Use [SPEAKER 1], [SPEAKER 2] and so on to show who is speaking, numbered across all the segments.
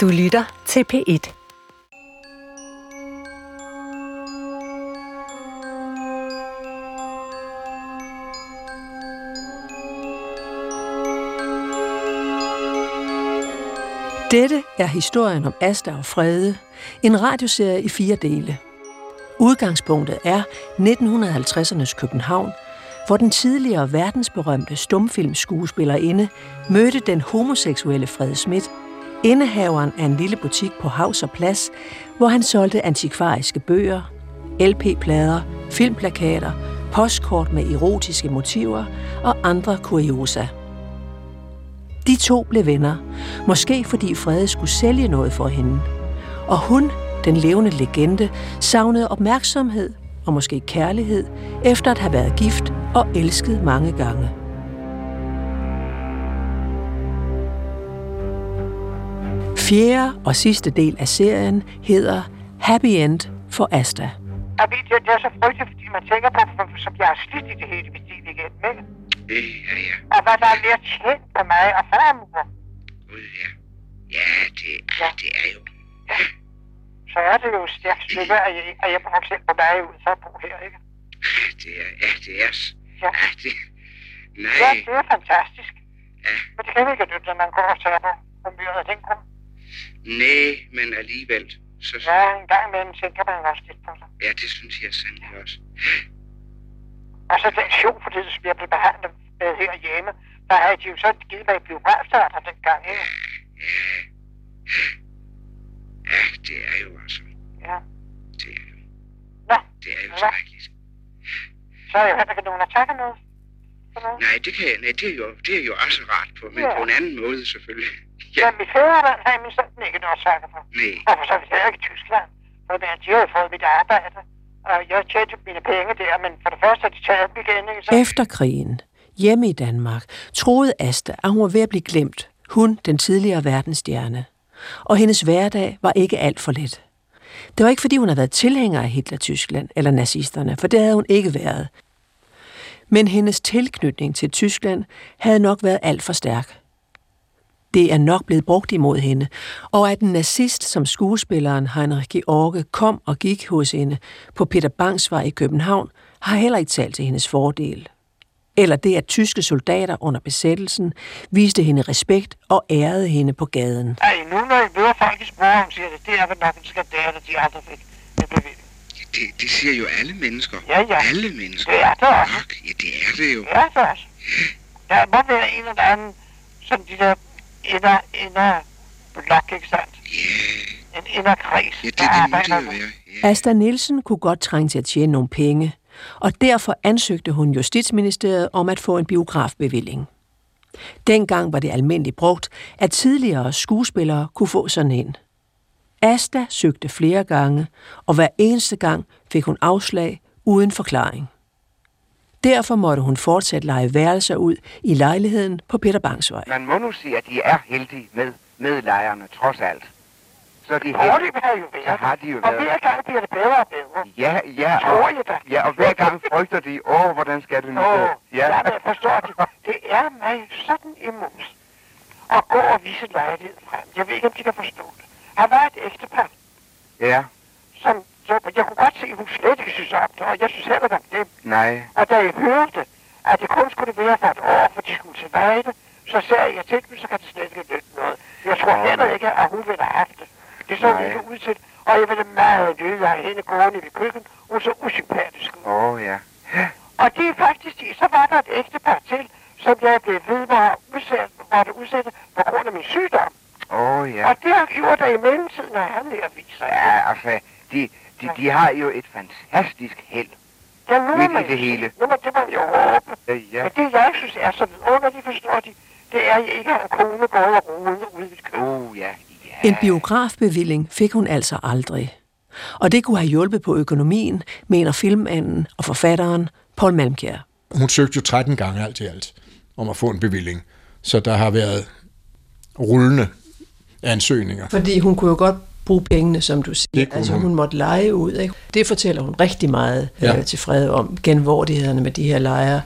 [SPEAKER 1] Du lytter til P1.
[SPEAKER 2] Dette er historien om Asta og Frede, en radioserie i fire dele. Udgangspunktet er 1950'ernes København, hvor den tidligere verdensberømte stumfilmskuespillerinde mødte den homoseksuelle Frede Schmidt, indehaveren af en lille butik på Havs og Plads, hvor han solgte antikvariske bøger, LP-plader, filmplakater, postkort med erotiske motiver og andre kuriosa. De to blev venner, måske fordi Frede skulle sælge noget for hende. Og hun, den levende legende, savnede opmærksomhed og måske kærlighed, efter at have været gift og elsket mange gange. Fjerde og sidste del af serien hedder Happy End for Asta.
[SPEAKER 3] Jeg ved, det, det er så frygteligt, fordi man tænker på, hvor- som jeg har slidt i det hele mit liv igennem, ikke?
[SPEAKER 4] Det er jeg.
[SPEAKER 3] Og hvad der er mere tjent på mig og farmor,
[SPEAKER 4] Gud, ja. Ja, det, ja, det er jo. Ja,
[SPEAKER 3] så er det jo stærkt stykke, at jeg, at jeg for eksempel på mig ud for at bo her, ikke?
[SPEAKER 4] det er, ja, det er. s-
[SPEAKER 3] Ja.
[SPEAKER 4] Ja, det, nej,
[SPEAKER 3] Ja, det er fantastisk.
[SPEAKER 4] ja,
[SPEAKER 3] Men det kan vi ikke nytte, når man går og tager på humøret af den grund.
[SPEAKER 4] nej, men alligevel. Så,
[SPEAKER 3] Ja, en gang imellem tænker man også lidt på sig.
[SPEAKER 4] ja, det synes jeg sandelig også.
[SPEAKER 3] Og så den sjovfordelelse, som jeg blev behandlet med herhjemme, der havde de jo så givet mig biografstarter dengang, ikke?
[SPEAKER 4] Ja, det er jo altså.
[SPEAKER 3] Ja.
[SPEAKER 4] Det er jo,
[SPEAKER 3] Nå,
[SPEAKER 4] det er jo
[SPEAKER 3] Ja.
[SPEAKER 4] skrækkeligt.
[SPEAKER 3] så er jeg jo heller ikke nogen at takke noget. for noget.
[SPEAKER 4] Nej, det kan jeg, nej, det er jo, det er jo også rart på, men
[SPEAKER 3] Ja.
[SPEAKER 4] på en anden måde selvfølgelig. Ja,
[SPEAKER 3] Men mit fædreland har jeg min sådan ikke noget at takke for.
[SPEAKER 4] nej,
[SPEAKER 3] Og for så vidt heller ikke i Tyskland. For det er, de har jo fået mit arbejde. Og jeg tjente mine penge der, men for det første har de taget dem igen, ikke? Så,
[SPEAKER 2] Efter krigen, hjemme i Danmark, troede Asta, at hun var ved at blive glemt. Hun, den tidligere verdensstjerne. Og hendes hverdag var ikke alt for let. Det var ikke, fordi hun havde været tilhænger af Hitler-Tyskland eller nazisterne, for det havde hun ikke været. Men hendes tilknytning til Tyskland havde nok været alt for stærk. Det er nok blevet brugt imod hende, og at en nazist som skuespilleren Heinrich George kom og gik hos hende på Peter Bangs vej i København, har heller ikke talt til hendes fordel. Eller det, at tyske soldater under besættelsen viste hende respekt og ærede hende på gaden.
[SPEAKER 3] Ej, nu når I møder folkets mor, hun siger det, det er vel nok en skandale, de andre fik med bevilling.
[SPEAKER 4] det, det siger jo alle mennesker.
[SPEAKER 3] Ja, ja.
[SPEAKER 4] Alle mennesker.
[SPEAKER 3] Det er det også.
[SPEAKER 4] Nok, ja, det er det jo.
[SPEAKER 3] Ja, det er også. Der må være en eller anden, sådan de der inner, inner blok, ikke sandt?
[SPEAKER 4] Ja,
[SPEAKER 3] En inderkreds,
[SPEAKER 4] ja det,
[SPEAKER 3] der
[SPEAKER 4] det må
[SPEAKER 3] arbejder
[SPEAKER 4] det jo
[SPEAKER 3] med-
[SPEAKER 4] være. Ja.
[SPEAKER 2] Asta Nielsen kunne godt trænge til at tjene nogle penge, og derfor ansøgte hun Justitsministeriet om at få en biografbevilling. Dengang var det almindeligt brugt, at tidligere skuespillere kunne få sådan en. Asta søgte flere gange, og hver eneste gang fik hun afslag uden forklaring. Derfor måtte hun fortsat lege værelser ud i lejligheden på Peter Bangsvej.
[SPEAKER 5] Man må nu sige, at de er heldige med medlejerne, trods alt. Så de
[SPEAKER 3] Foreløbig har de jo været.
[SPEAKER 5] Så har de jo
[SPEAKER 3] Og
[SPEAKER 5] været.
[SPEAKER 3] hver gang bliver det bedre og bedre.
[SPEAKER 5] Ja, ja.
[SPEAKER 3] Tror
[SPEAKER 5] Og,
[SPEAKER 3] jeg da.
[SPEAKER 5] ja, og hver gang frygter de, åh, hvordan skal det nu
[SPEAKER 3] Åh,
[SPEAKER 5] gå?
[SPEAKER 3] ja. ja, men jeg forstår det. Det er mig sådan imod at gå og vise lejligheden frem. Jeg ved ikke, om de kan forstå det. Her var et ægtepar,
[SPEAKER 5] ja,
[SPEAKER 3] som så jeg kunne godt se, at hun slet ikke synes om det, og jeg synes heller ikke om dem.
[SPEAKER 5] nej.
[SPEAKER 3] Og da jeg hørte, at det kun skulle være for et år, for de skulle til Vejle, så sagde jeg til dem, så kan det slet ikke nytte noget. Jeg tror
[SPEAKER 5] Nå,
[SPEAKER 3] heller
[SPEAKER 5] nej.
[SPEAKER 3] ikke, at hun ville have haft det. Det så
[SPEAKER 5] Nej.
[SPEAKER 3] ikke ud til, og jeg ville meget lyde af hende gående i mit køkken, hun så usympatisk ud.
[SPEAKER 5] Åh, ja.
[SPEAKER 3] Og det er faktisk det. Så var der et ægtepar til, som jeg blev ved med at udsætte, var det udsætte på grund af min sygdom.
[SPEAKER 5] Åh,
[SPEAKER 3] Ja.
[SPEAKER 5] ja.
[SPEAKER 3] Og det har gjort, at i mellemtiden har han her vist sig.
[SPEAKER 5] Ja, altså, de, de, de har jo et fantastisk held.
[SPEAKER 3] ja, nu må
[SPEAKER 5] midt i
[SPEAKER 3] man
[SPEAKER 5] det
[SPEAKER 3] sige-
[SPEAKER 5] hele.
[SPEAKER 3] Nu må det man jo håbe.
[SPEAKER 5] Øh,
[SPEAKER 3] Ja.
[SPEAKER 5] Ja.
[SPEAKER 3] Men det, jeg synes er så vidunderligt, forstår de, det er, at jeg ikke har en kone gået og rode ude i mit køkken.
[SPEAKER 5] Åh, ja. ja.
[SPEAKER 2] En biografbevilling fik hun altså aldrig. Og det kunne have hjulpet på økonomien, mener filmanden og forfatteren Paul Malmkjær.
[SPEAKER 6] Hun søgte jo 13 gange alt i alt om at få en bevilling. Så der har været rullende ansøgninger.
[SPEAKER 7] Fordi hun kunne jo godt bruge pengene, som du siger.
[SPEAKER 6] Det kunne
[SPEAKER 7] Altså
[SPEAKER 6] hun.
[SPEAKER 7] hun måtte lege ud. Ikke? Det fortæller hun rigtig meget
[SPEAKER 6] Ja.
[SPEAKER 7] ja. øh, til Frede om genvordighederne med de her lejre.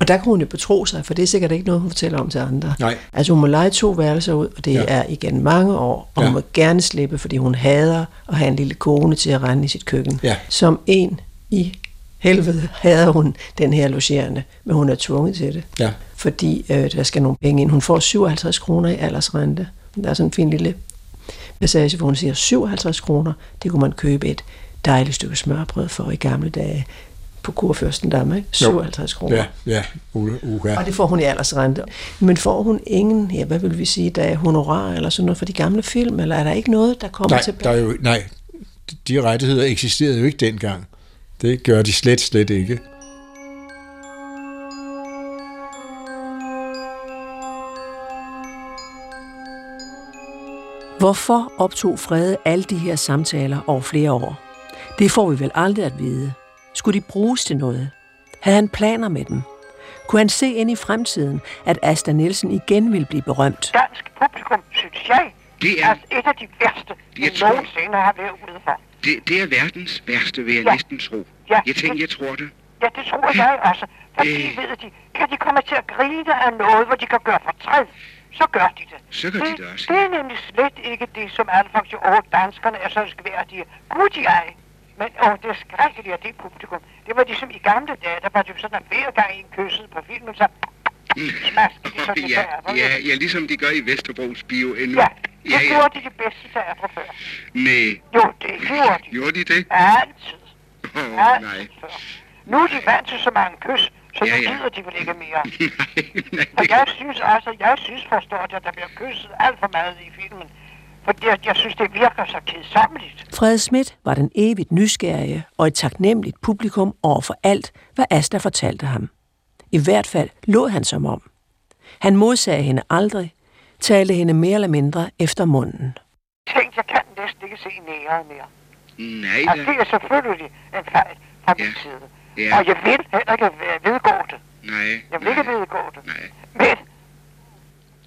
[SPEAKER 7] Og der kunne hun jo betro sig, for det er sikkert ikke noget, hun fortæller om til andre.
[SPEAKER 6] Nej.
[SPEAKER 7] Altså hun må lege to værelser ud, og det
[SPEAKER 6] Ja.
[SPEAKER 7] ja. er igen mange år, og ja.
[SPEAKER 6] Ja.
[SPEAKER 7] hun må gerne slippe, fordi hun hader at have en lille kone til at rende i sit køkken.
[SPEAKER 6] Ja.
[SPEAKER 7] Som en i helvede hader hun den her logerende, men hun er tvunget til det,
[SPEAKER 6] Ja.
[SPEAKER 7] fordi øh, der skal nogle penge ind. Hun får 57 kroner i aldersrente. Der er sådan en fin lille passage, hvor hun siger, 57 kroner, det kunne man købe et dejligt stykke smørbrød for i gamle dage på Kurfürstendamme, ikke? 57 kroner.
[SPEAKER 6] Ja, ja. Uha. uha.
[SPEAKER 7] Og det får hun i aldersrente. Men får hun ingen, ja, hvad vil vi sige, der er honorar eller sådan noget for de gamle film, eller er der ikke noget, der kommer
[SPEAKER 6] Nej, der
[SPEAKER 7] tilbage?
[SPEAKER 6] er jo, nej, de rettigheder eksisterede jo ikke dengang. Det gør de slet, slet ikke.
[SPEAKER 2] Hvorfor optog Frede alle de her samtaler over flere år? Det får vi vel aldrig at vide. Skulle de bruges til noget? Havde han planer med dem? Kunne han se ind i fremtiden, at Asta Nielsen igen ville blive berømt?
[SPEAKER 3] Dansk publikum, synes jeg,
[SPEAKER 4] Det er-
[SPEAKER 3] et af de værste, vi
[SPEAKER 4] Jeg tror-
[SPEAKER 3] nogensinde har været ude for.
[SPEAKER 4] Det, det er verdens værste, vil jeg
[SPEAKER 3] Ja.
[SPEAKER 4] ja. næsten tro.
[SPEAKER 3] Ja.
[SPEAKER 4] Jeg tænker, jeg tror det.
[SPEAKER 3] Ja, det tror jeg også. Fordi
[SPEAKER 4] Øh.
[SPEAKER 3] ved de, kan de komme til at grine af noget, hvor de kan gøre fortræd, så gør de det.
[SPEAKER 4] Så gør de det også,
[SPEAKER 3] Det er nemlig slet ikke det, som alle faktisk over danskerne er så skværdige. Gud, de er. Men åh, det er skrækkeligt, at det publikum. Det var ligesom i gamle dage, der var det jo sådan, at hver gang en kyssede på filmen, så smaskede de så det
[SPEAKER 4] ja,
[SPEAKER 3] teater,
[SPEAKER 4] ja,
[SPEAKER 3] ikke?
[SPEAKER 4] ja, ligesom de gør i Vesterbros bio endnu.
[SPEAKER 3] ja, det
[SPEAKER 4] ja, ja.
[SPEAKER 3] gjorde de det bedste teater før.
[SPEAKER 4] Med,
[SPEAKER 3] Jo, det gjorde de.
[SPEAKER 4] gjorde de det?
[SPEAKER 3] Altid.
[SPEAKER 4] Åh, oh, nej.
[SPEAKER 3] Altid før. Nu er de vant til så mange kys, så
[SPEAKER 4] Ja,
[SPEAKER 3] nu
[SPEAKER 4] ja.
[SPEAKER 3] gider de vel ikke mere.
[SPEAKER 4] nej, nej,
[SPEAKER 3] Og
[SPEAKER 4] det
[SPEAKER 3] jeg synes altså, jeg synes forstår, at der bliver kysset alt for meget i filmen. For jeg, jeg synes, det virker så kedsommeligt.
[SPEAKER 2] Frede Schmidt var den evigt nysgerrige og et taknemmeligt publikum over for alt, hvad Asta fortalte ham. I hvert fald lå han som om. Han modsagde hende aldrig, talte hende mere eller mindre efter munden.
[SPEAKER 3] Tænk, jeg kan næsten ikke se nære mere.
[SPEAKER 4] nej
[SPEAKER 3] Altså,
[SPEAKER 4] da.
[SPEAKER 3] det er selvfølgelig en fejl fra min
[SPEAKER 4] Ja.
[SPEAKER 3] side.
[SPEAKER 4] Ja.
[SPEAKER 3] Og jeg vil heller ikke øh, vedgå det.
[SPEAKER 4] Nej,
[SPEAKER 3] Jeg vil
[SPEAKER 4] nej,
[SPEAKER 3] ikke vedgå det.
[SPEAKER 4] nej.
[SPEAKER 3] Men,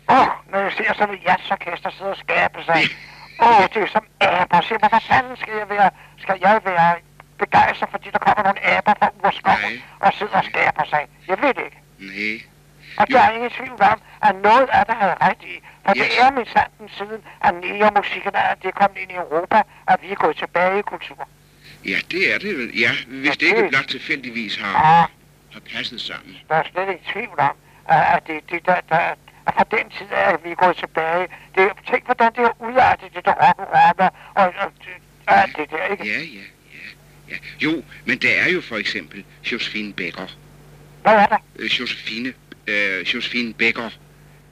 [SPEAKER 3] åh, når jeg ser sådan et jazzorkester sidde og skabe sig, åh, det er som aber. Se, hvorfor fanden skal jeg være, skal jeg være begejstret, fordi der kommer nogle aber fra urskoven
[SPEAKER 4] Nej.
[SPEAKER 3] og sidder og skaber sig. Jeg ved det ikke.
[SPEAKER 4] Nej.
[SPEAKER 3] Og der er ingen tvivl om, at noget af det havde ret i. For
[SPEAKER 4] Yes.
[SPEAKER 3] det er med sanden siden, at neomusikken er, at det er kommet ind i Europa, at vi er gået tilbage i kultur.
[SPEAKER 4] Ja, det er det vel. Ja, hvis
[SPEAKER 3] Og
[SPEAKER 4] det ikke
[SPEAKER 3] det-
[SPEAKER 4] blot tilfældigvis har,
[SPEAKER 3] Og
[SPEAKER 4] har passet sammen.
[SPEAKER 3] der er slet ingen tvivl om, at at det, det der, der, at fra den tid af, at vi er gået tilbage. Det, er- tænk, hvordan det er udartet, det der rock'n'roll og, og, det- alt det der, ikke?
[SPEAKER 4] Ja, ja, ja, ja. Jo, men der er jo for eksempel Josefine Becker.
[SPEAKER 3] Hvad er der?
[SPEAKER 4] Øh, Josefine, øh, Josefine Becker.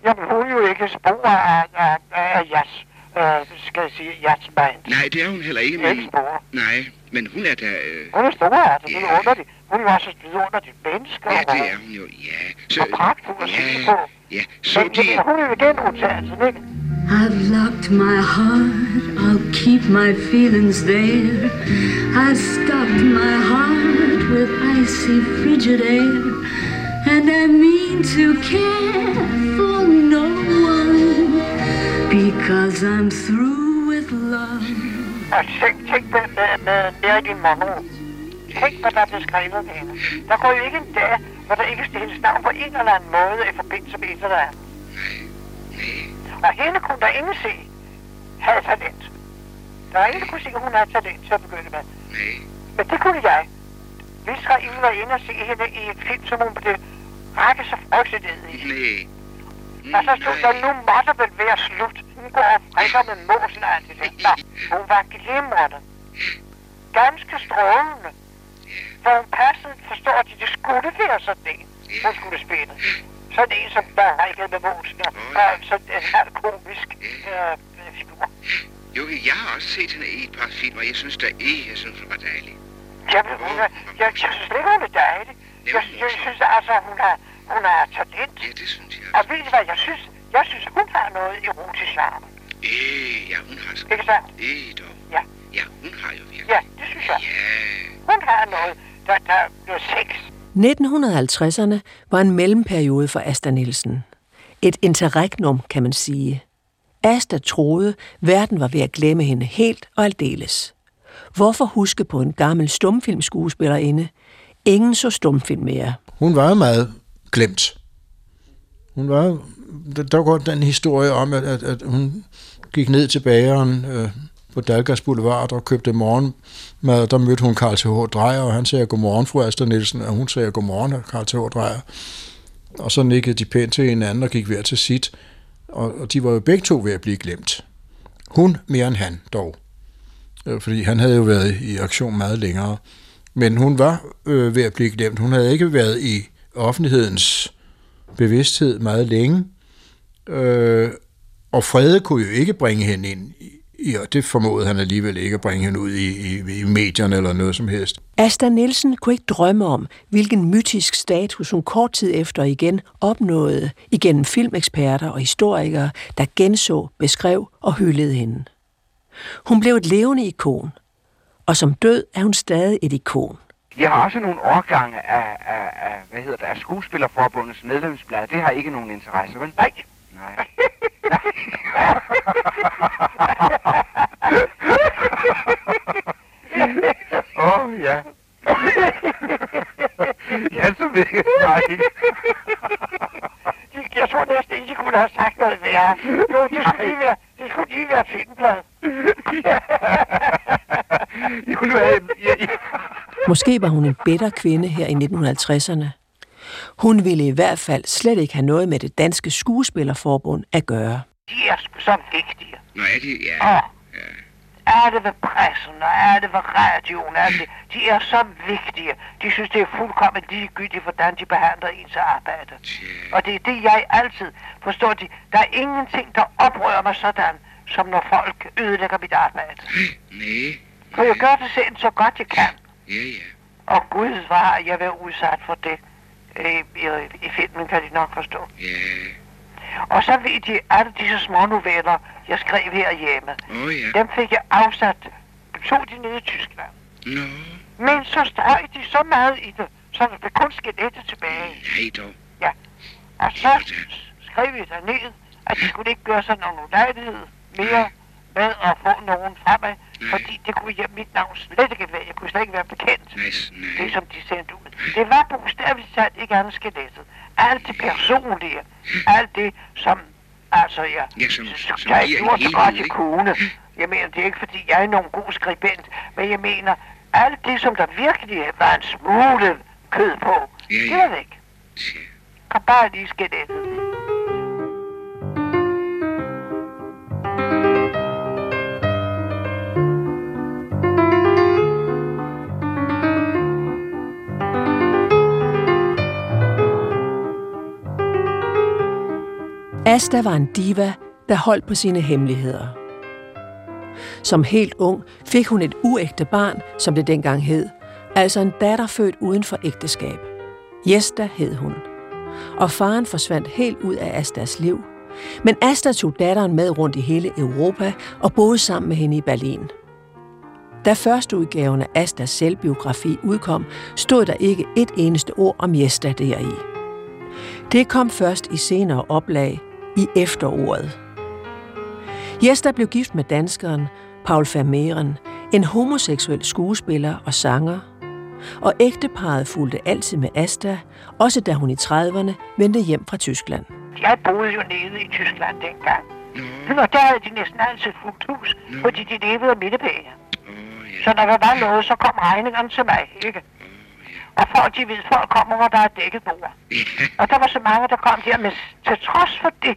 [SPEAKER 3] Jamen, hun er jo ikke spor af, af, af jazz, øh, skal jeg sige, jazzband.
[SPEAKER 4] Nej, det er hun heller ikke,
[SPEAKER 3] Ikke
[SPEAKER 4] men...
[SPEAKER 3] spor.
[SPEAKER 4] Nej, men hun er da... Øh,
[SPEAKER 3] Hun er stor af det, det
[SPEAKER 4] Ja.
[SPEAKER 3] er underligt. Hun er jo også et vidunderligt menneske.
[SPEAKER 4] ja,
[SPEAKER 3] og-
[SPEAKER 4] det er hun jo, ja. Så,
[SPEAKER 3] Og pragtfuld at se på.
[SPEAKER 4] ja, ja. Så
[SPEAKER 3] Men,
[SPEAKER 4] de...
[SPEAKER 3] men hun er jo genudtagelsen, ikke?
[SPEAKER 1] I've locked my heart, I'll keep my feelings there. I've stopped my heart with icy frigid air, and I mean to care for no one because I'm through with love.
[SPEAKER 3] Og Altså, tænk, tænk med, med, med Marilyn Monroe. Tænk, hvad der blev skrevet om hende. Der går jo ikke en dag, hvor der ikke står hendes navn på en eller anden måde i forbindelse med et eller andet. Og hende kunne der ingen se, havde talent. Der er ingen, der kunne se, at hun havde talent til at begynde med.
[SPEAKER 4] Nej,
[SPEAKER 3] Men det kunne jeg. Vi skal ind var inde og se hende i et film, som hun blev række så frygteligt ned i.
[SPEAKER 4] Mm, nej. Mm,
[SPEAKER 3] Og så stod der, nu må det vel være slut. Hun går og frikker med måsen og alt det der. Nå, hun var glimrende. Ganske strålende. For hun passede, forstår de, det skulle være sådan en, hun skulle spille. Sådan en, som bare rækkede med måsen og og sådan en halv komisk øh, figur.
[SPEAKER 4] Jo, jeg har også set hende i et par film, og jeg synes da ikke, jeg synes, hun var dejlig.
[SPEAKER 3] Jamen, hun er, jeg, jeg synes ikke, hun er dejlig. Jeg, jeg synes altså, hun har, hun har talent.
[SPEAKER 4] Ja, det synes jeg.
[SPEAKER 3] Og ved I hvad, jeg synes, jeg synes, hun har noget erotisk charme.
[SPEAKER 4] Øh, ja, hun har så...
[SPEAKER 3] Ikke sandt?
[SPEAKER 4] Øh, dog.
[SPEAKER 3] Ja.
[SPEAKER 4] Ja, hun har jo virkelig.
[SPEAKER 3] Ja, det synes jeg.
[SPEAKER 4] Ja.
[SPEAKER 3] Hun har noget, der, der er noget sex.
[SPEAKER 2] 1950'erne var en mellemperiode for Asta Nielsen. Et interregnum, kan man sige. Asta troede, verden var ved at glemme hende helt og aldeles. Hvorfor huske på en gammel stumfilmskuespillerinde? Ingen så stumfilm mere.
[SPEAKER 6] Hun var jo meget glemt. Hun var, der, der går den historie om, at, at, at hun gik ned til bageren øh, på Dalgas Boulevard og købte morgenmad. Der mødte hun Karl T.H. Drejer, og han sagde, godmorgen, fru Astrid Nielsen, og hun sagde, godmorgen, Karl T.H. Drejer. Og så nikkede de pænt til hinanden og gik hver til sit. Og, og de var jo begge to ved at blive glemt. Hun mere end han dog. Øh, Fordi han havde jo været i aktion meget længere. Men hun var øh, ved at blive glemt. Hun havde ikke været i offentlighedens bevidsthed meget længe. Øh, og Frede kunne jo ikke bringe hende ind i, i- og det formåede han alligevel ikke at bringe hende ud i, i, i medierne eller noget som helst.
[SPEAKER 2] Asta Nielsen kunne ikke drømme om, hvilken mytisk status hun kort tid efter igen opnåede igennem filmeksperter og historikere, der genså, beskrev og hyldede hende. Hun blev et levende ikon, og som død er hun stadig et ikon.
[SPEAKER 5] Jeg har også nogle årgange af, af, af hvad hedder det, af skuespillerforbundets medlemsblad. Det har ikke nogen interesse, vel? Nej. Nej. Åh, oh, ja. ja, så ved jeg. Nej.
[SPEAKER 3] De, jeg tror næsten ikke, de kunne have sagt noget værre. Jo, det skulle lige være, det skulle lige være filmblad.
[SPEAKER 5] Jo, nu er jeg, jeg, jeg,
[SPEAKER 2] Måske var hun en bitter kvinde her i 1950'erne. Hun ville i hvert fald slet ikke have noget med det danske skuespillerforbund at gøre.
[SPEAKER 3] De er sgu så vigtige.
[SPEAKER 4] Nå, er det... Ja.
[SPEAKER 5] Ah.
[SPEAKER 3] Ja. Er det ved pressen, og er det ved radioen, er det, de er så vigtige. De synes, det er fuldkommen ligegyldigt, hvordan de behandler ens arbejde. Og det er det, jeg altid forstår. De, der er ingenting, der oprører mig sådan, som når folk ødelægger mit arbejde.
[SPEAKER 4] Nej.
[SPEAKER 3] For jeg gør det selv så godt, jeg kan.
[SPEAKER 4] Ja, ja.
[SPEAKER 3] Og Gud, hvor har jeg været udsat for det. Øh, I, i filmen kan de nok forstå.
[SPEAKER 4] Ja.
[SPEAKER 3] Og så ved de, alle disse små noveller, jeg skrev herhjemme,
[SPEAKER 4] Åh, oh, ja.
[SPEAKER 3] dem fik jeg afsat, tog de ned i Tyskland.
[SPEAKER 4] Nå,
[SPEAKER 3] Men så strøg de så meget i det, så der blev kun skelettet tilbage.
[SPEAKER 4] nej dog.
[SPEAKER 3] Og så skrev vi derned, at de skulle ikke gøre sig nogen ulejlighed mere med at få nogen fremad, fordi det kunne jeg, mit navn slet ikke være. Jeg kunne slet ikke være bekendt,
[SPEAKER 4] Nej, s- nej.
[SPEAKER 3] det som Ligesom de sendte ud. Det var bogstaveligt talt ikke andet skelettet. Alt det personlige, alt det, som altså jeg,
[SPEAKER 4] Ja, som-
[SPEAKER 3] som,
[SPEAKER 4] som
[SPEAKER 3] jeg
[SPEAKER 4] giver en
[SPEAKER 3] gjorde så
[SPEAKER 4] helhed,
[SPEAKER 3] godt jeg
[SPEAKER 4] ikke?
[SPEAKER 3] kunne. Jeg mener, det er ikke fordi, jeg er nogen god skribent, men jeg mener, alt det, som der virkelig var en smule kød på,
[SPEAKER 4] Ja,
[SPEAKER 3] det
[SPEAKER 4] ja.
[SPEAKER 3] var væk.
[SPEAKER 4] Tja.
[SPEAKER 3] Kom bare lige skelettet.
[SPEAKER 2] Asta var en diva, der holdt på sine hemmeligheder. Som helt ung fik hun et uægte barn, som det dengang hed, altså en datter født uden for ægteskab. Jesta hed hun. Og faren forsvandt helt ud af Astas liv. Men Asta tog datteren med rundt i hele Europa og boede sammen med hende i Berlin. Da første udgaven af Astas selvbiografi udkom, stod der ikke et eneste ord om Jesta deri. Det kom først i senere oplag i efteråret. Jester blev gift med danskeren Paul Vermeeren, en homoseksuel skuespiller og sanger, og ægteparet fulgte altid med Asta, også da hun i 30'erne vendte hjem fra Tyskland.
[SPEAKER 3] Jeg boede jo nede i Tyskland dengang. Og der havde de næsten altid fuldt hus, fordi de levede af mine penge.
[SPEAKER 4] Åh, ja.
[SPEAKER 3] Så når der var noget, så kom regningerne til mig, ikke? Og folk, de ved, folk kommer, hvor der er dækket bord. Og der var så mange, der kom der, men til trods for det,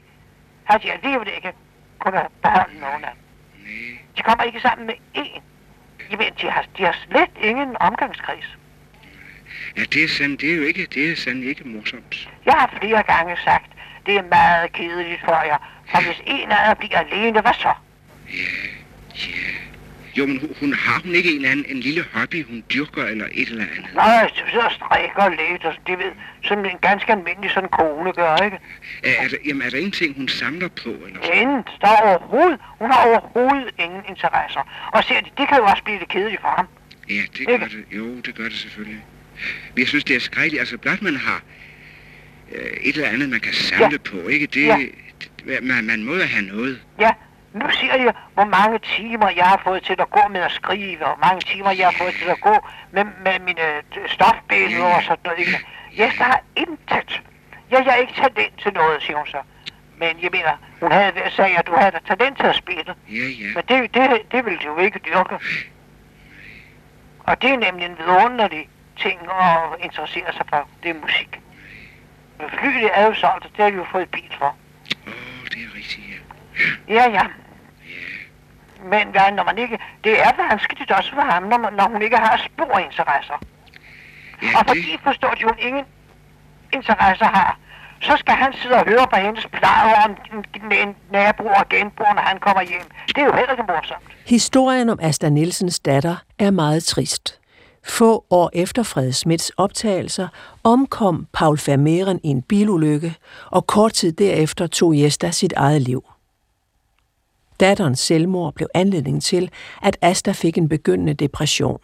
[SPEAKER 3] havde de alligevel ikke kunnet beholde nogen af dem.
[SPEAKER 4] Nej.
[SPEAKER 3] De kommer ikke sammen med én. Jamen, de har, de har slet ingen omgangskreds.
[SPEAKER 4] Ja, det er sandt. Det er jo ikke, det er sandt ikke morsomt.
[SPEAKER 3] Jeg har flere gange sagt, det er meget kedeligt for jer, for hvis en af jer bliver alene, hvad så?
[SPEAKER 4] Ja, ja. Jo, men hun, hun har hun ikke en eller anden en lille hobby, hun dyrker eller et eller andet?
[SPEAKER 3] Nej, så sidder og strikker lidt, og det ved, sådan en ganske almindelig sådan kone gør, ikke?
[SPEAKER 4] Er, er der, jamen, er der ingenting, hun samler på? Eller? sådan?
[SPEAKER 3] Ingen, der er overhovedet, hun har overhovedet ingen interesser. Og ser de, det kan jo også blive lidt kedeligt for ham.
[SPEAKER 4] Ja, det gør det. Jo, det gør det selvfølgelig. Men jeg synes, det er skrækkeligt. Altså, blot man har øh, et eller andet, man kan samle ja. på, ikke? Det,
[SPEAKER 3] Ja.
[SPEAKER 4] det, man, man må jo have noget.
[SPEAKER 3] Ja, nu siger jeg, hvor mange timer jeg har fået til at gå med at skrive, og hvor mange timer jeg har fået til at gå med, med mine øh, stofbilleder og sådan noget. ikke? Jeg yes, der har intet. Ja, jeg er ikke talent til noget, siger hun så. Men jeg mener, hun havde, sagde, at du havde da talent til at spille.
[SPEAKER 4] Ja, ja.
[SPEAKER 3] Men det, det, det ville de jo ikke dyrke. Og det er nemlig en vidunderlig ting at interessere sig for. Det er musik. Men flyet er jo solgt, og det har de jo fået bil for.
[SPEAKER 4] Åh, oh, det er rigtigt, ja.
[SPEAKER 3] Ja, ja.
[SPEAKER 4] Ja,
[SPEAKER 3] Men ja, når man ikke... Det er vanskeligt også for ham, når, man, når hun ikke har spor interesser.
[SPEAKER 4] ja
[SPEAKER 3] Og fordi
[SPEAKER 4] det,
[SPEAKER 3] forstår de, hun ingen interesse har, så skal han sidde og høre på hendes pleje om en- en nabo og genbo, når han kommer hjem. Det er jo heller ikke morsomt.
[SPEAKER 2] Historien om Asta Nielsens datter er meget trist. Få år efter Fred Smits optagelser omkom Paul Vermeeren i en bilulykke, og kort tid derefter tog Jesta sit eget liv. Datterens selvmord blev anledning til, at Asta fik en begyndende depression.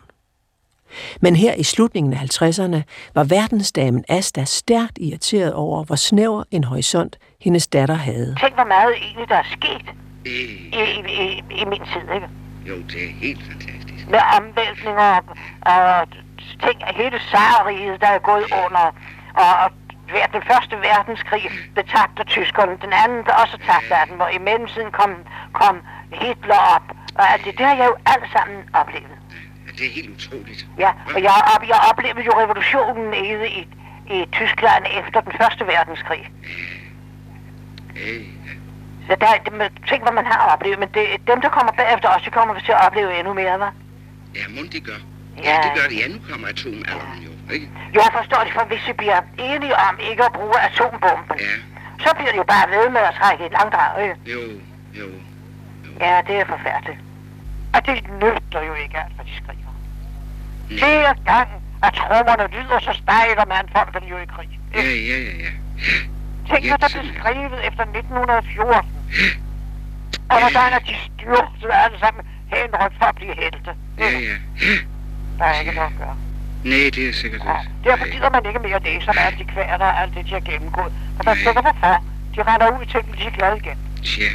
[SPEAKER 2] Men her i slutningen af 50'erne var verdensdamen Asta stærkt irriteret over, hvor snæver en horisont hendes datter havde.
[SPEAKER 3] Tænk, hvor meget egentlig der er sket
[SPEAKER 4] det,
[SPEAKER 3] i, i, i, i min tid, ikke?
[SPEAKER 4] Øh, jo, det er helt fantastisk.
[SPEAKER 3] Med omvæltninger og, og ting af hele sarriget, der er gået under. Og, og hver- den første verdenskrig betragter tyskerne, den anden der også tabte af den, og i mellemtiden kom, kom Hitler op. Og alt det, det har jeg jo alt sammen oplevet.
[SPEAKER 4] Ja, Det er helt utroligt.
[SPEAKER 3] Ja, og jeg, op, jeg oplevede jo revolutionen nede i, i Tyskland efter den første verdenskrig.
[SPEAKER 4] Øh,
[SPEAKER 3] Så der er det med ting, hvad man har oplevet, men det, dem, der kommer bagefter os, de kommer vi til at opleve endnu mere, hva'?
[SPEAKER 4] ja, må det gør. Ja,
[SPEAKER 3] Ja.
[SPEAKER 4] det gør det. Ja, nu kommer atomalderen jo, ikke?
[SPEAKER 3] Jo, jeg forstår det, for hvis vi bliver enige om ikke at bruge atombomben,
[SPEAKER 4] Ja,
[SPEAKER 3] så bliver det jo bare ved med at trække et langt drag, ikke?
[SPEAKER 4] jo, jo.
[SPEAKER 3] Øh, Ja, det er forfærdeligt. Og det nytter jo ikke alt, hvad de skriver.
[SPEAKER 4] Mm.
[SPEAKER 3] Hver gang, at trommerne lyder, så stejler man folkene jo i krig.
[SPEAKER 4] Ja, ja, ja, ja.
[SPEAKER 3] Tænk, hvad
[SPEAKER 4] Ja,
[SPEAKER 3] der blev
[SPEAKER 4] simpelthen.
[SPEAKER 3] skrevet efter 1914. Og hvordan at de styrte alle sammen henrykt for at blive helte.
[SPEAKER 4] Ja, ja.
[SPEAKER 3] Der er ikke noget at gøre.
[SPEAKER 4] Nej, det er sikkert
[SPEAKER 3] Ja.
[SPEAKER 4] det.
[SPEAKER 3] Derfor gider man ikke mere det, som alle de kvaler og alt det, de har gennemgået. For der er sikkert, hvad fanden. De render ud i ting, de er glade igen.
[SPEAKER 4] Ja.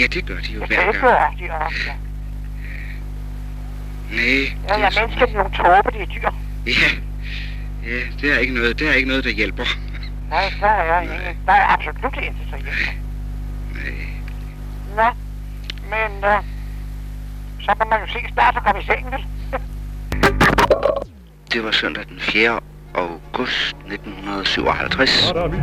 [SPEAKER 4] ja, det gør de jo
[SPEAKER 3] Det
[SPEAKER 4] hver
[SPEAKER 3] skal ikke gøre,
[SPEAKER 4] gang.
[SPEAKER 3] de er ofte.
[SPEAKER 4] Nej,
[SPEAKER 3] Ja, ja,
[SPEAKER 4] det er
[SPEAKER 3] mennesker, de er nogle tåber, de er dyr.
[SPEAKER 4] Ja, ja, det er ikke noget, det er ikke noget, der hjælper.
[SPEAKER 3] Nej, der er, ingen, der er absolut intet, så hjælper.
[SPEAKER 4] Nej.
[SPEAKER 3] Nå, men øh, så må man jo se snart at komme i seng, vel?
[SPEAKER 4] Det var søndag den 4. august 1957.
[SPEAKER 8] Caramina.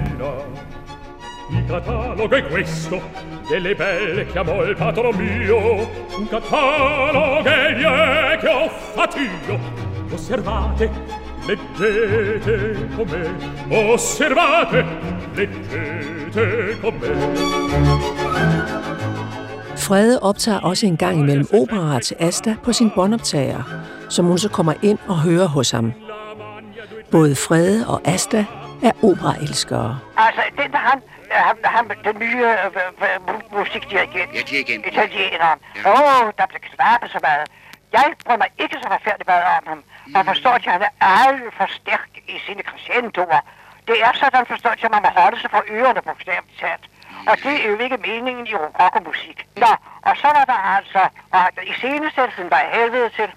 [SPEAKER 8] Il catalogo è questo, delle belle che amò il patron mio, un catalogo egli è che ho fatto io. Osservate, leggete con me, osservate, leggete con me.
[SPEAKER 2] Frede optager også en gang imellem operaer til Asta på sin båndoptager, som hun så kommer ind og hører hos ham. Både Frede og Asta er operaelskere.
[SPEAKER 3] Altså, den der han, øh, han, han den nye øh, øh, mu- musikdirigent,
[SPEAKER 4] Ja, dirigenten.
[SPEAKER 3] italieneren, åh, ja. oh, der blev knappet så meget. Jeg bryder mig ikke så forfærdeligt meget om ham. Man forstår, at han er alt for stærk i sine crescendoer. Det er sådan, forstår jeg, at man må holde sig for ørerne på talt. Og det er jo ikke meningen i rockmusik. Nå, og så var der altså, og i senesættelsen var jeg helvede til,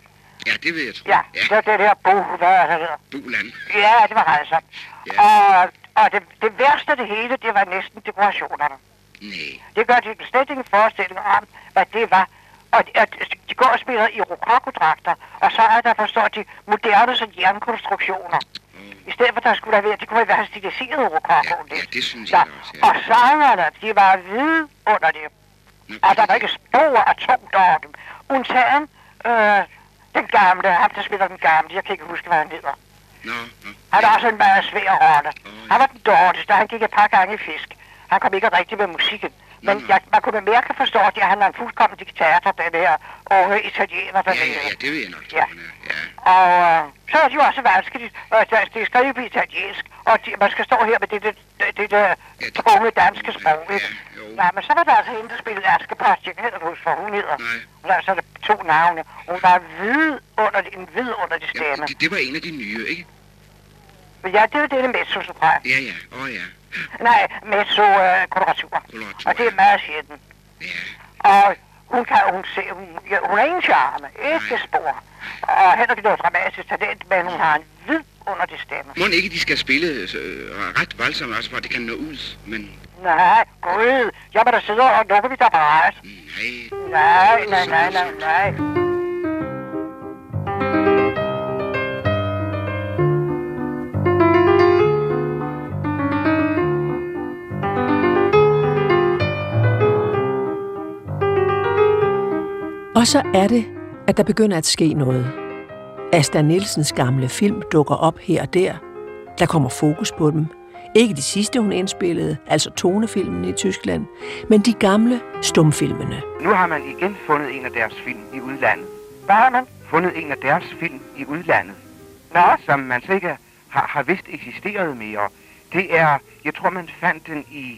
[SPEAKER 4] Ja, det vil jeg tro.
[SPEAKER 3] ja, det var det der bo, hvad han hedder.
[SPEAKER 4] Bulan.
[SPEAKER 3] Ja, det var altså.
[SPEAKER 4] Ja.
[SPEAKER 3] Og, og det, det værste af det hele, det var næsten dekorationerne.
[SPEAKER 4] Nej.
[SPEAKER 3] Det gør de slet ingen forestilling om, hvad det var. Og de, at de går og spiller i rokokodragter, og så er der, forstår de, moderne sådan jernkonstruktioner. I stedet for, der skulle have været, det kunne have været stiliseret rokoko.
[SPEAKER 4] Mm. Ja, ja, det synes
[SPEAKER 3] ja.
[SPEAKER 4] jeg også, ja.
[SPEAKER 3] Og sangerne, de var vidunderlige.
[SPEAKER 4] Nå,
[SPEAKER 3] Og der var ikke spor af tungt over dem. Undtagen, øh, den gamle, ham der spiller den gamle, jeg kan ikke huske, hvad han hedder.
[SPEAKER 4] Nå, nå.
[SPEAKER 3] Han har også en meget svær rolle.
[SPEAKER 4] ja.
[SPEAKER 3] Han var den dårligste, han gik et par gange i fisk. Han kom ikke rigtig med musikken. Men
[SPEAKER 4] Mm.
[SPEAKER 3] jeg, man kunne mærke forstå, at han er en fuldkommen diktator, den her unge italiener
[SPEAKER 4] Ja, ja,
[SPEAKER 3] dernede.
[SPEAKER 4] ja, det vil jeg nok tro,
[SPEAKER 3] Ja.
[SPEAKER 4] han er. Ja.
[SPEAKER 3] Og øh, så er det jo også vanskeligt, at øh, det er skrevet på italiensk, og de, man skal stå her med det, det, det, det der
[SPEAKER 4] det-
[SPEAKER 3] tunge danske sprog, ikke?
[SPEAKER 4] Ja, jo.
[SPEAKER 3] Nej, men så var der altså hende, der spillede Askepot, jeg kan ikke huske, hvad hun hedder.
[SPEAKER 4] Nej.
[SPEAKER 3] Hun har altså to navne. Hun var vidunderlig, en vidunderlig stemme.
[SPEAKER 4] ja det, det, var en af de nye, ikke?
[SPEAKER 3] Men ja, det er jo det, det med sosopran.
[SPEAKER 4] Ja, ja. Åh, oh, ja.
[SPEAKER 3] Nej, med så øh, koloratur.
[SPEAKER 4] Koloratur,
[SPEAKER 3] Og det er
[SPEAKER 4] ja.
[SPEAKER 3] meget sjældent.
[SPEAKER 4] Ja.
[SPEAKER 3] Og hun, kan, hun, se, hun, ja, hun er ingen charme, ikke spor. Og heller ikke noget dramatisk talent, men hun har en under de stemmer.
[SPEAKER 4] Må ikke, de skal spille øh, ret voldsomt også, for at det kan nå ud, men...
[SPEAKER 3] Nej, gud, jeg må da sidde og lukke mit apparat.
[SPEAKER 4] Nej,
[SPEAKER 3] Nej, nej, nej, nej, nej.
[SPEAKER 2] Og så er det, at der begynder at ske noget. Asta Nielsens gamle film dukker op her og der. Der kommer fokus på dem. Ikke de sidste, hun indspillede, altså tonefilmen i Tyskland, men de gamle stumfilmene.
[SPEAKER 5] Nu har man igen fundet en af deres film i udlandet.
[SPEAKER 3] Hvad har man?
[SPEAKER 5] Fundet en af deres film i udlandet,
[SPEAKER 3] Nå,
[SPEAKER 5] som man sikkert har, har vidst eksisteret mere. Det er, jeg tror man fandt den i,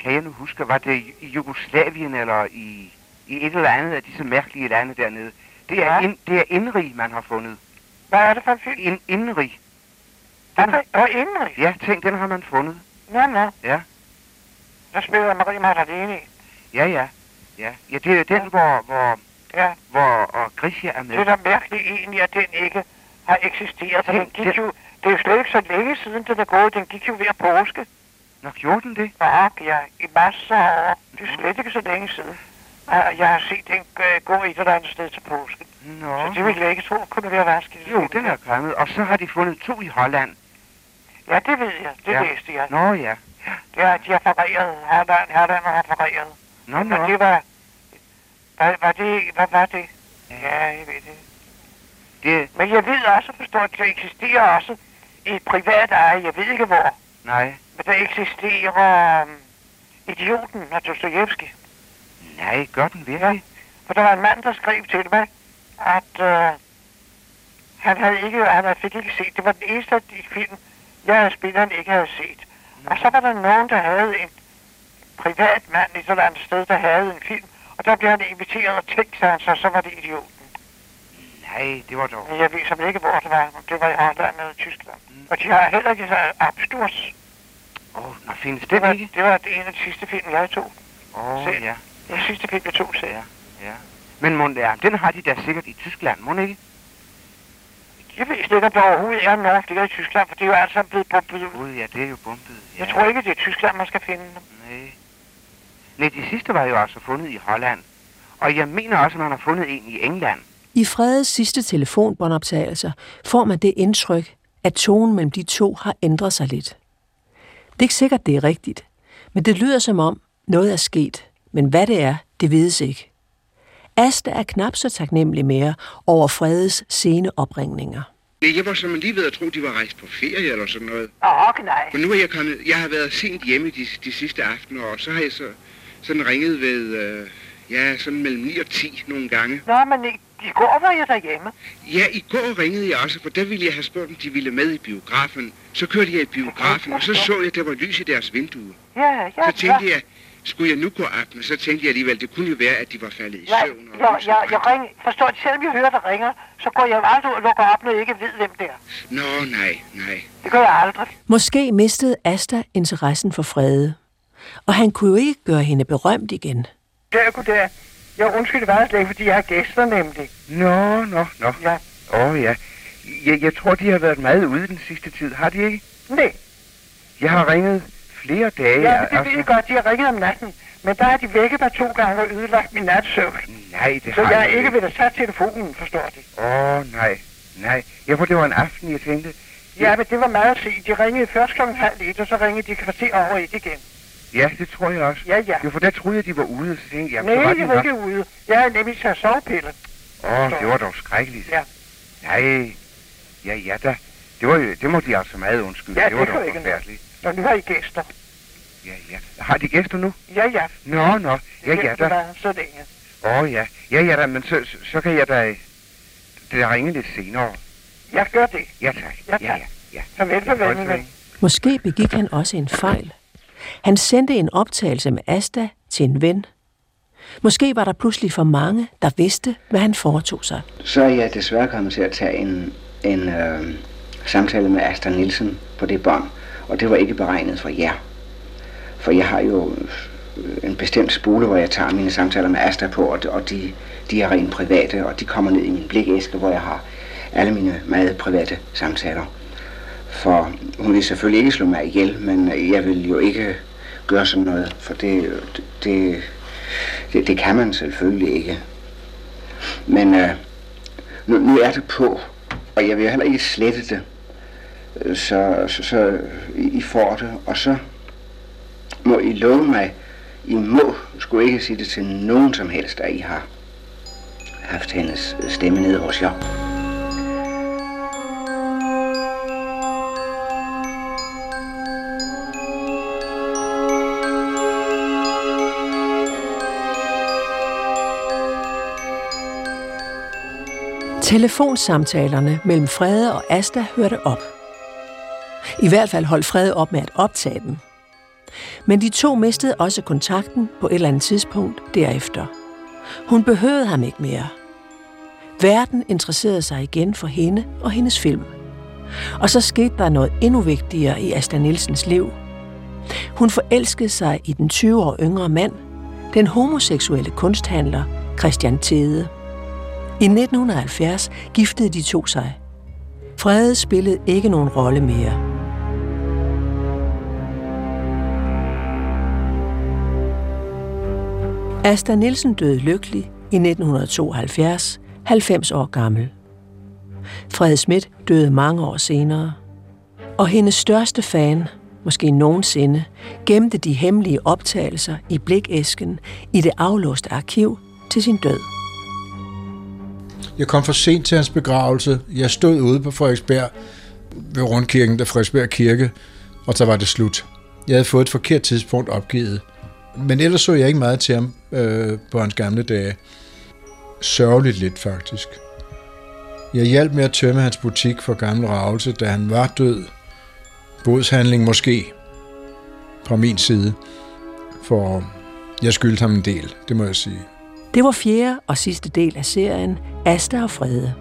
[SPEAKER 5] kan jeg nu huske, var det i- i Jugoslavien eller i, i et eller andet af disse mærkelige lande dernede. Det er,
[SPEAKER 3] Ja.
[SPEAKER 5] ind, det er indrig, man har fundet.
[SPEAKER 3] hvad er det for en film?
[SPEAKER 5] En indrig.
[SPEAKER 3] Den er, er Ingrid.
[SPEAKER 5] Ja, tænk, den har man fundet.
[SPEAKER 3] Nå, nå.
[SPEAKER 5] Ja.
[SPEAKER 3] Der spiller Marie Magdalene. i.
[SPEAKER 5] Ja, ja. Ja, ja det er den, hvor, hvor,
[SPEAKER 3] Ja,
[SPEAKER 5] hvor og Grisha er med.
[SPEAKER 3] det er da mærkeligt egentlig, at den ikke har eksisteret. For den
[SPEAKER 5] Det-
[SPEAKER 3] gik
[SPEAKER 5] det-
[SPEAKER 3] jo, det er jo slet ikke så længe siden, den er gået. Den gik jo ved at påske.
[SPEAKER 5] Nå, gjorde den det?
[SPEAKER 3] Fuck, ja, i masser af år. Det er slet ikke så længe siden. Og Jeg har set den øh, gå et eller andet sted til påske.
[SPEAKER 5] Nå.
[SPEAKER 3] Så det ville jeg ikke tro, kunne være vanskeligt.
[SPEAKER 5] Jo, den er kommet, og så har de fundet to i Holland.
[SPEAKER 3] Ja, det ved jeg. Det
[SPEAKER 5] Ja.
[SPEAKER 3] ja. læste jeg.
[SPEAKER 5] Nå ja.
[SPEAKER 3] Det er, at de har forræret. Herland, Herland har forræret.
[SPEAKER 5] Nå,
[SPEAKER 3] Men
[SPEAKER 5] nå.
[SPEAKER 3] det var... Hvad var det? Hvad var det? Ja, jeg ved det.
[SPEAKER 5] Det,
[SPEAKER 3] Men jeg ved også, forstår, at det eksisterer også i et privat eje. Jeg ved ikke hvor.
[SPEAKER 5] nej.
[SPEAKER 3] Men der eksisterer um, idioten af Dostojevski.
[SPEAKER 5] Nej, gør den virkelig?
[SPEAKER 3] For der var en mand, der skrev til mig, at øh, han, havde ikke, han fik ikke set. Det var den eneste af de film, jeg og spilleren ikke havde set. Og så var der nogen, der havde en privat mand et eller andet sted, der havde en film. Og der blev han inviteret og tænkte han sig, så var det idioten.
[SPEAKER 5] Nej, det var dog. Mm.
[SPEAKER 3] Men jeg ved simpelthen ikke, hvor det var. Om Det var i Holland eller Tyskland. Og de har heller ikke så absturs.
[SPEAKER 5] Åh, oh, nå, findes
[SPEAKER 3] Det
[SPEAKER 5] det
[SPEAKER 3] var,
[SPEAKER 5] ikke?
[SPEAKER 3] det var det ene af de sidste film, jeg tog.
[SPEAKER 5] Åh, oh,
[SPEAKER 3] Se.
[SPEAKER 5] ja.
[SPEAKER 3] Den sidste film, jeg tog, sagde jeg.
[SPEAKER 5] Men mon, ja, den har de da sikkert i Tyskland, må ikke?
[SPEAKER 3] Jeg ved slet ikke, om der overhovedet er nogen flere i Tyskland, for det er jo alt sammen blevet bombet ud.
[SPEAKER 5] Gud, ja, det er jo bumpet. Ja.
[SPEAKER 3] Jeg tror ikke, det er Tyskland, man skal finde dem.
[SPEAKER 5] Nej. Nej, de sidste var jo altså fundet i Holland. Og jeg mener også, at man har fundet en i England.
[SPEAKER 2] I Fredes sidste telefonbåndoptagelser får man det indtryk, at tonen mellem de to har ændret sig lidt. Det er ikke sikkert, det er rigtigt, men det lyder som om noget er sket, men hvad det er, det vides ikke. Asta er knap så taknemmelig mere over Fredes sene opringninger.
[SPEAKER 4] Nej, jeg var som lige ved at tro, de var rejst på ferie eller sådan noget.
[SPEAKER 3] Åh, nej.
[SPEAKER 4] For nu er jeg kommet... Jeg har været sent hjemme de, de sidste aftener, og så har jeg så, sådan ringet ved... Øh, ja, sådan mellem 9 og 10 nogle gange.
[SPEAKER 3] Nå, men i, i går var jeg derhjemme.
[SPEAKER 4] Ja, i går ringede jeg også, for der ville jeg have spurgt, om de ville med i biografen. Så kørte jeg i biografen, og så så jeg, at der var lys i deres vindue.
[SPEAKER 3] Ja, ja,
[SPEAKER 4] Så
[SPEAKER 3] ja.
[SPEAKER 4] tænkte jeg, skulle jeg nu gå op? Men så tænkte jeg alligevel, det kunne jo være, at de var faldet i
[SPEAKER 3] Ja,
[SPEAKER 4] søvn. og
[SPEAKER 3] ja,
[SPEAKER 4] lyset
[SPEAKER 3] ja, jeg
[SPEAKER 4] brændte.
[SPEAKER 3] ringer. Forstår, at selvom jeg hører, der ringer, så går jeg jo aldrig ud og lukker op, når jeg ikke ved, hvem det er.
[SPEAKER 4] Nå, nej, nej.
[SPEAKER 3] Det gør jeg aldrig.
[SPEAKER 2] Måske mistede Asta interessen for Frede, og han kunne jo ikke gøre hende berømt igen.
[SPEAKER 3] Der, goddag. Jeg undskylder meget slet, altså ikke, fordi jeg har gæster nemlig.
[SPEAKER 5] Nå, nå, nå.
[SPEAKER 3] Ja.
[SPEAKER 5] Åh, oh, ja. Jeg, jeg tror, de har været meget ude den sidste tid. Har de ikke?
[SPEAKER 3] Nej,
[SPEAKER 5] Jeg har ringet flere dage.
[SPEAKER 3] ja, men det ved jeg godt, de har ringet om natten. Men der har de vækket mig to gange og ødelagt min natsøvn.
[SPEAKER 5] Nej, det
[SPEAKER 3] Så
[SPEAKER 5] har
[SPEAKER 3] jeg
[SPEAKER 5] jeg
[SPEAKER 3] er ikke ved at tage telefonen, forstår de.
[SPEAKER 5] Åh, oh, nej. Nej. Jeg tror, det var en aften, jeg tænkte.
[SPEAKER 3] Ja, men det var meget sent. De ringede først klokken halv et, og så ringede de kvarter over et igen.
[SPEAKER 5] Ja, det tror jeg også.
[SPEAKER 3] Ja, ja.
[SPEAKER 5] Jo, for der troede jeg, de var ude, så tænkte jeg,
[SPEAKER 3] Nej,
[SPEAKER 5] så var de
[SPEAKER 3] jeg var
[SPEAKER 5] nok.
[SPEAKER 3] ikke ude. Jeg havde nemlig taget sovepiller.
[SPEAKER 5] Åh, oh, det var dog skrækkeligt.
[SPEAKER 3] Ja.
[SPEAKER 5] Nej. Ja, ja da. Det, var jo, det må de altså meget undskylde.
[SPEAKER 3] Ja,
[SPEAKER 5] det var
[SPEAKER 3] det
[SPEAKER 5] dog
[SPEAKER 3] var ikke
[SPEAKER 5] forfærdeligt.
[SPEAKER 3] Og nu har I gæster.
[SPEAKER 5] Ja, ja. Har de gæster nu?
[SPEAKER 3] Ja, ja.
[SPEAKER 5] Nå, nå. Ja, ja da.
[SPEAKER 3] da. Så længe.
[SPEAKER 5] Åh, oh, ja. Ja, ja da, men så, så, så kan jeg da, da ringe lidt senere.
[SPEAKER 3] Jeg gør det.
[SPEAKER 5] Ja, tak.
[SPEAKER 3] Ja,
[SPEAKER 5] Ja,
[SPEAKER 3] tak.
[SPEAKER 5] ja. ja.
[SPEAKER 3] Farvel, farvel, min ven.
[SPEAKER 2] Måske begik han også en fejl. Han sendte en optagelse med Asta til en ven. Måske var der pludselig for mange, der vidste, hvad han foretog sig.
[SPEAKER 9] Så er jeg desværre kommet til at tage en, en øh, samtale med Asta Nielsen på det bånd, og det var ikke beregnet for jer. For jeg har jo øh, en bestemt spole, hvor jeg tager mine samtaler med Asta på, og, og de, de er rent private, og de kommer ned i min blikæske, hvor jeg har alle mine meget private samtaler.
[SPEAKER 4] For hun ville selvfølgelig ikke slå mig ihjel, men jeg vil jo ikke gøre sådan noget, for det, det, det, det kan man selvfølgelig ikke. Men øh, nu, nu er det på, og jeg vil heller ikke slette det, Øh, så, så, så I får det, og så må I love mig, I må skulle ikke sige det til nogen som helst, at I har haft hendes stemme nede hos jer.
[SPEAKER 2] Telefonsamtalerne mellem Frede og Asta hørte op. I hvert fald holdt Frede op med at optage dem. Men de to mistede også kontakten på et eller andet tidspunkt derefter. Hun behøvede ham ikke mere. Verden interesserede sig igen for hende og hendes film. Og så skete der noget endnu vigtigere i Asta Nielsens liv. Hun forelskede sig i den 20 år yngre mand, den homoseksuelle kunsthandler Christian Tede. I 1970 giftede de to sig. Frede spillede ikke nogen rolle mere. Asta Nielsen døde lykkelig i 1972, 90 år gammel. Fred Schmidt døde mange år senere. Og hendes største fan, måske nogensinde, gemte de hemmelige optagelser i blikæsken i det aflåste arkiv til sin død.
[SPEAKER 6] Jeg kom for sent til hans begravelse. Jeg stod ude på Frederiksberg ved rundkirken, der Frederiksberg Kirke, og så var det slut. Jeg havde fået et forkert tidspunkt opgivet. Men ellers så jeg ikke meget til ham øh, på hans gamle dage. Sørgeligt lidt, faktisk. Jeg hjalp med at tømme hans butik for gamle ravelse, da han var død. Bodshandling måske. Fra min side. For jeg skyldte ham en del, det må jeg sige.
[SPEAKER 2] Det var fjerde og sidste del af serien Asta og Frede.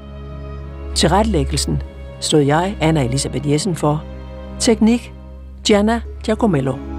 [SPEAKER 2] Til retlæggelsen stod jeg, Anna Elisabeth Jessen, for. Teknik, Gianna Giacomello.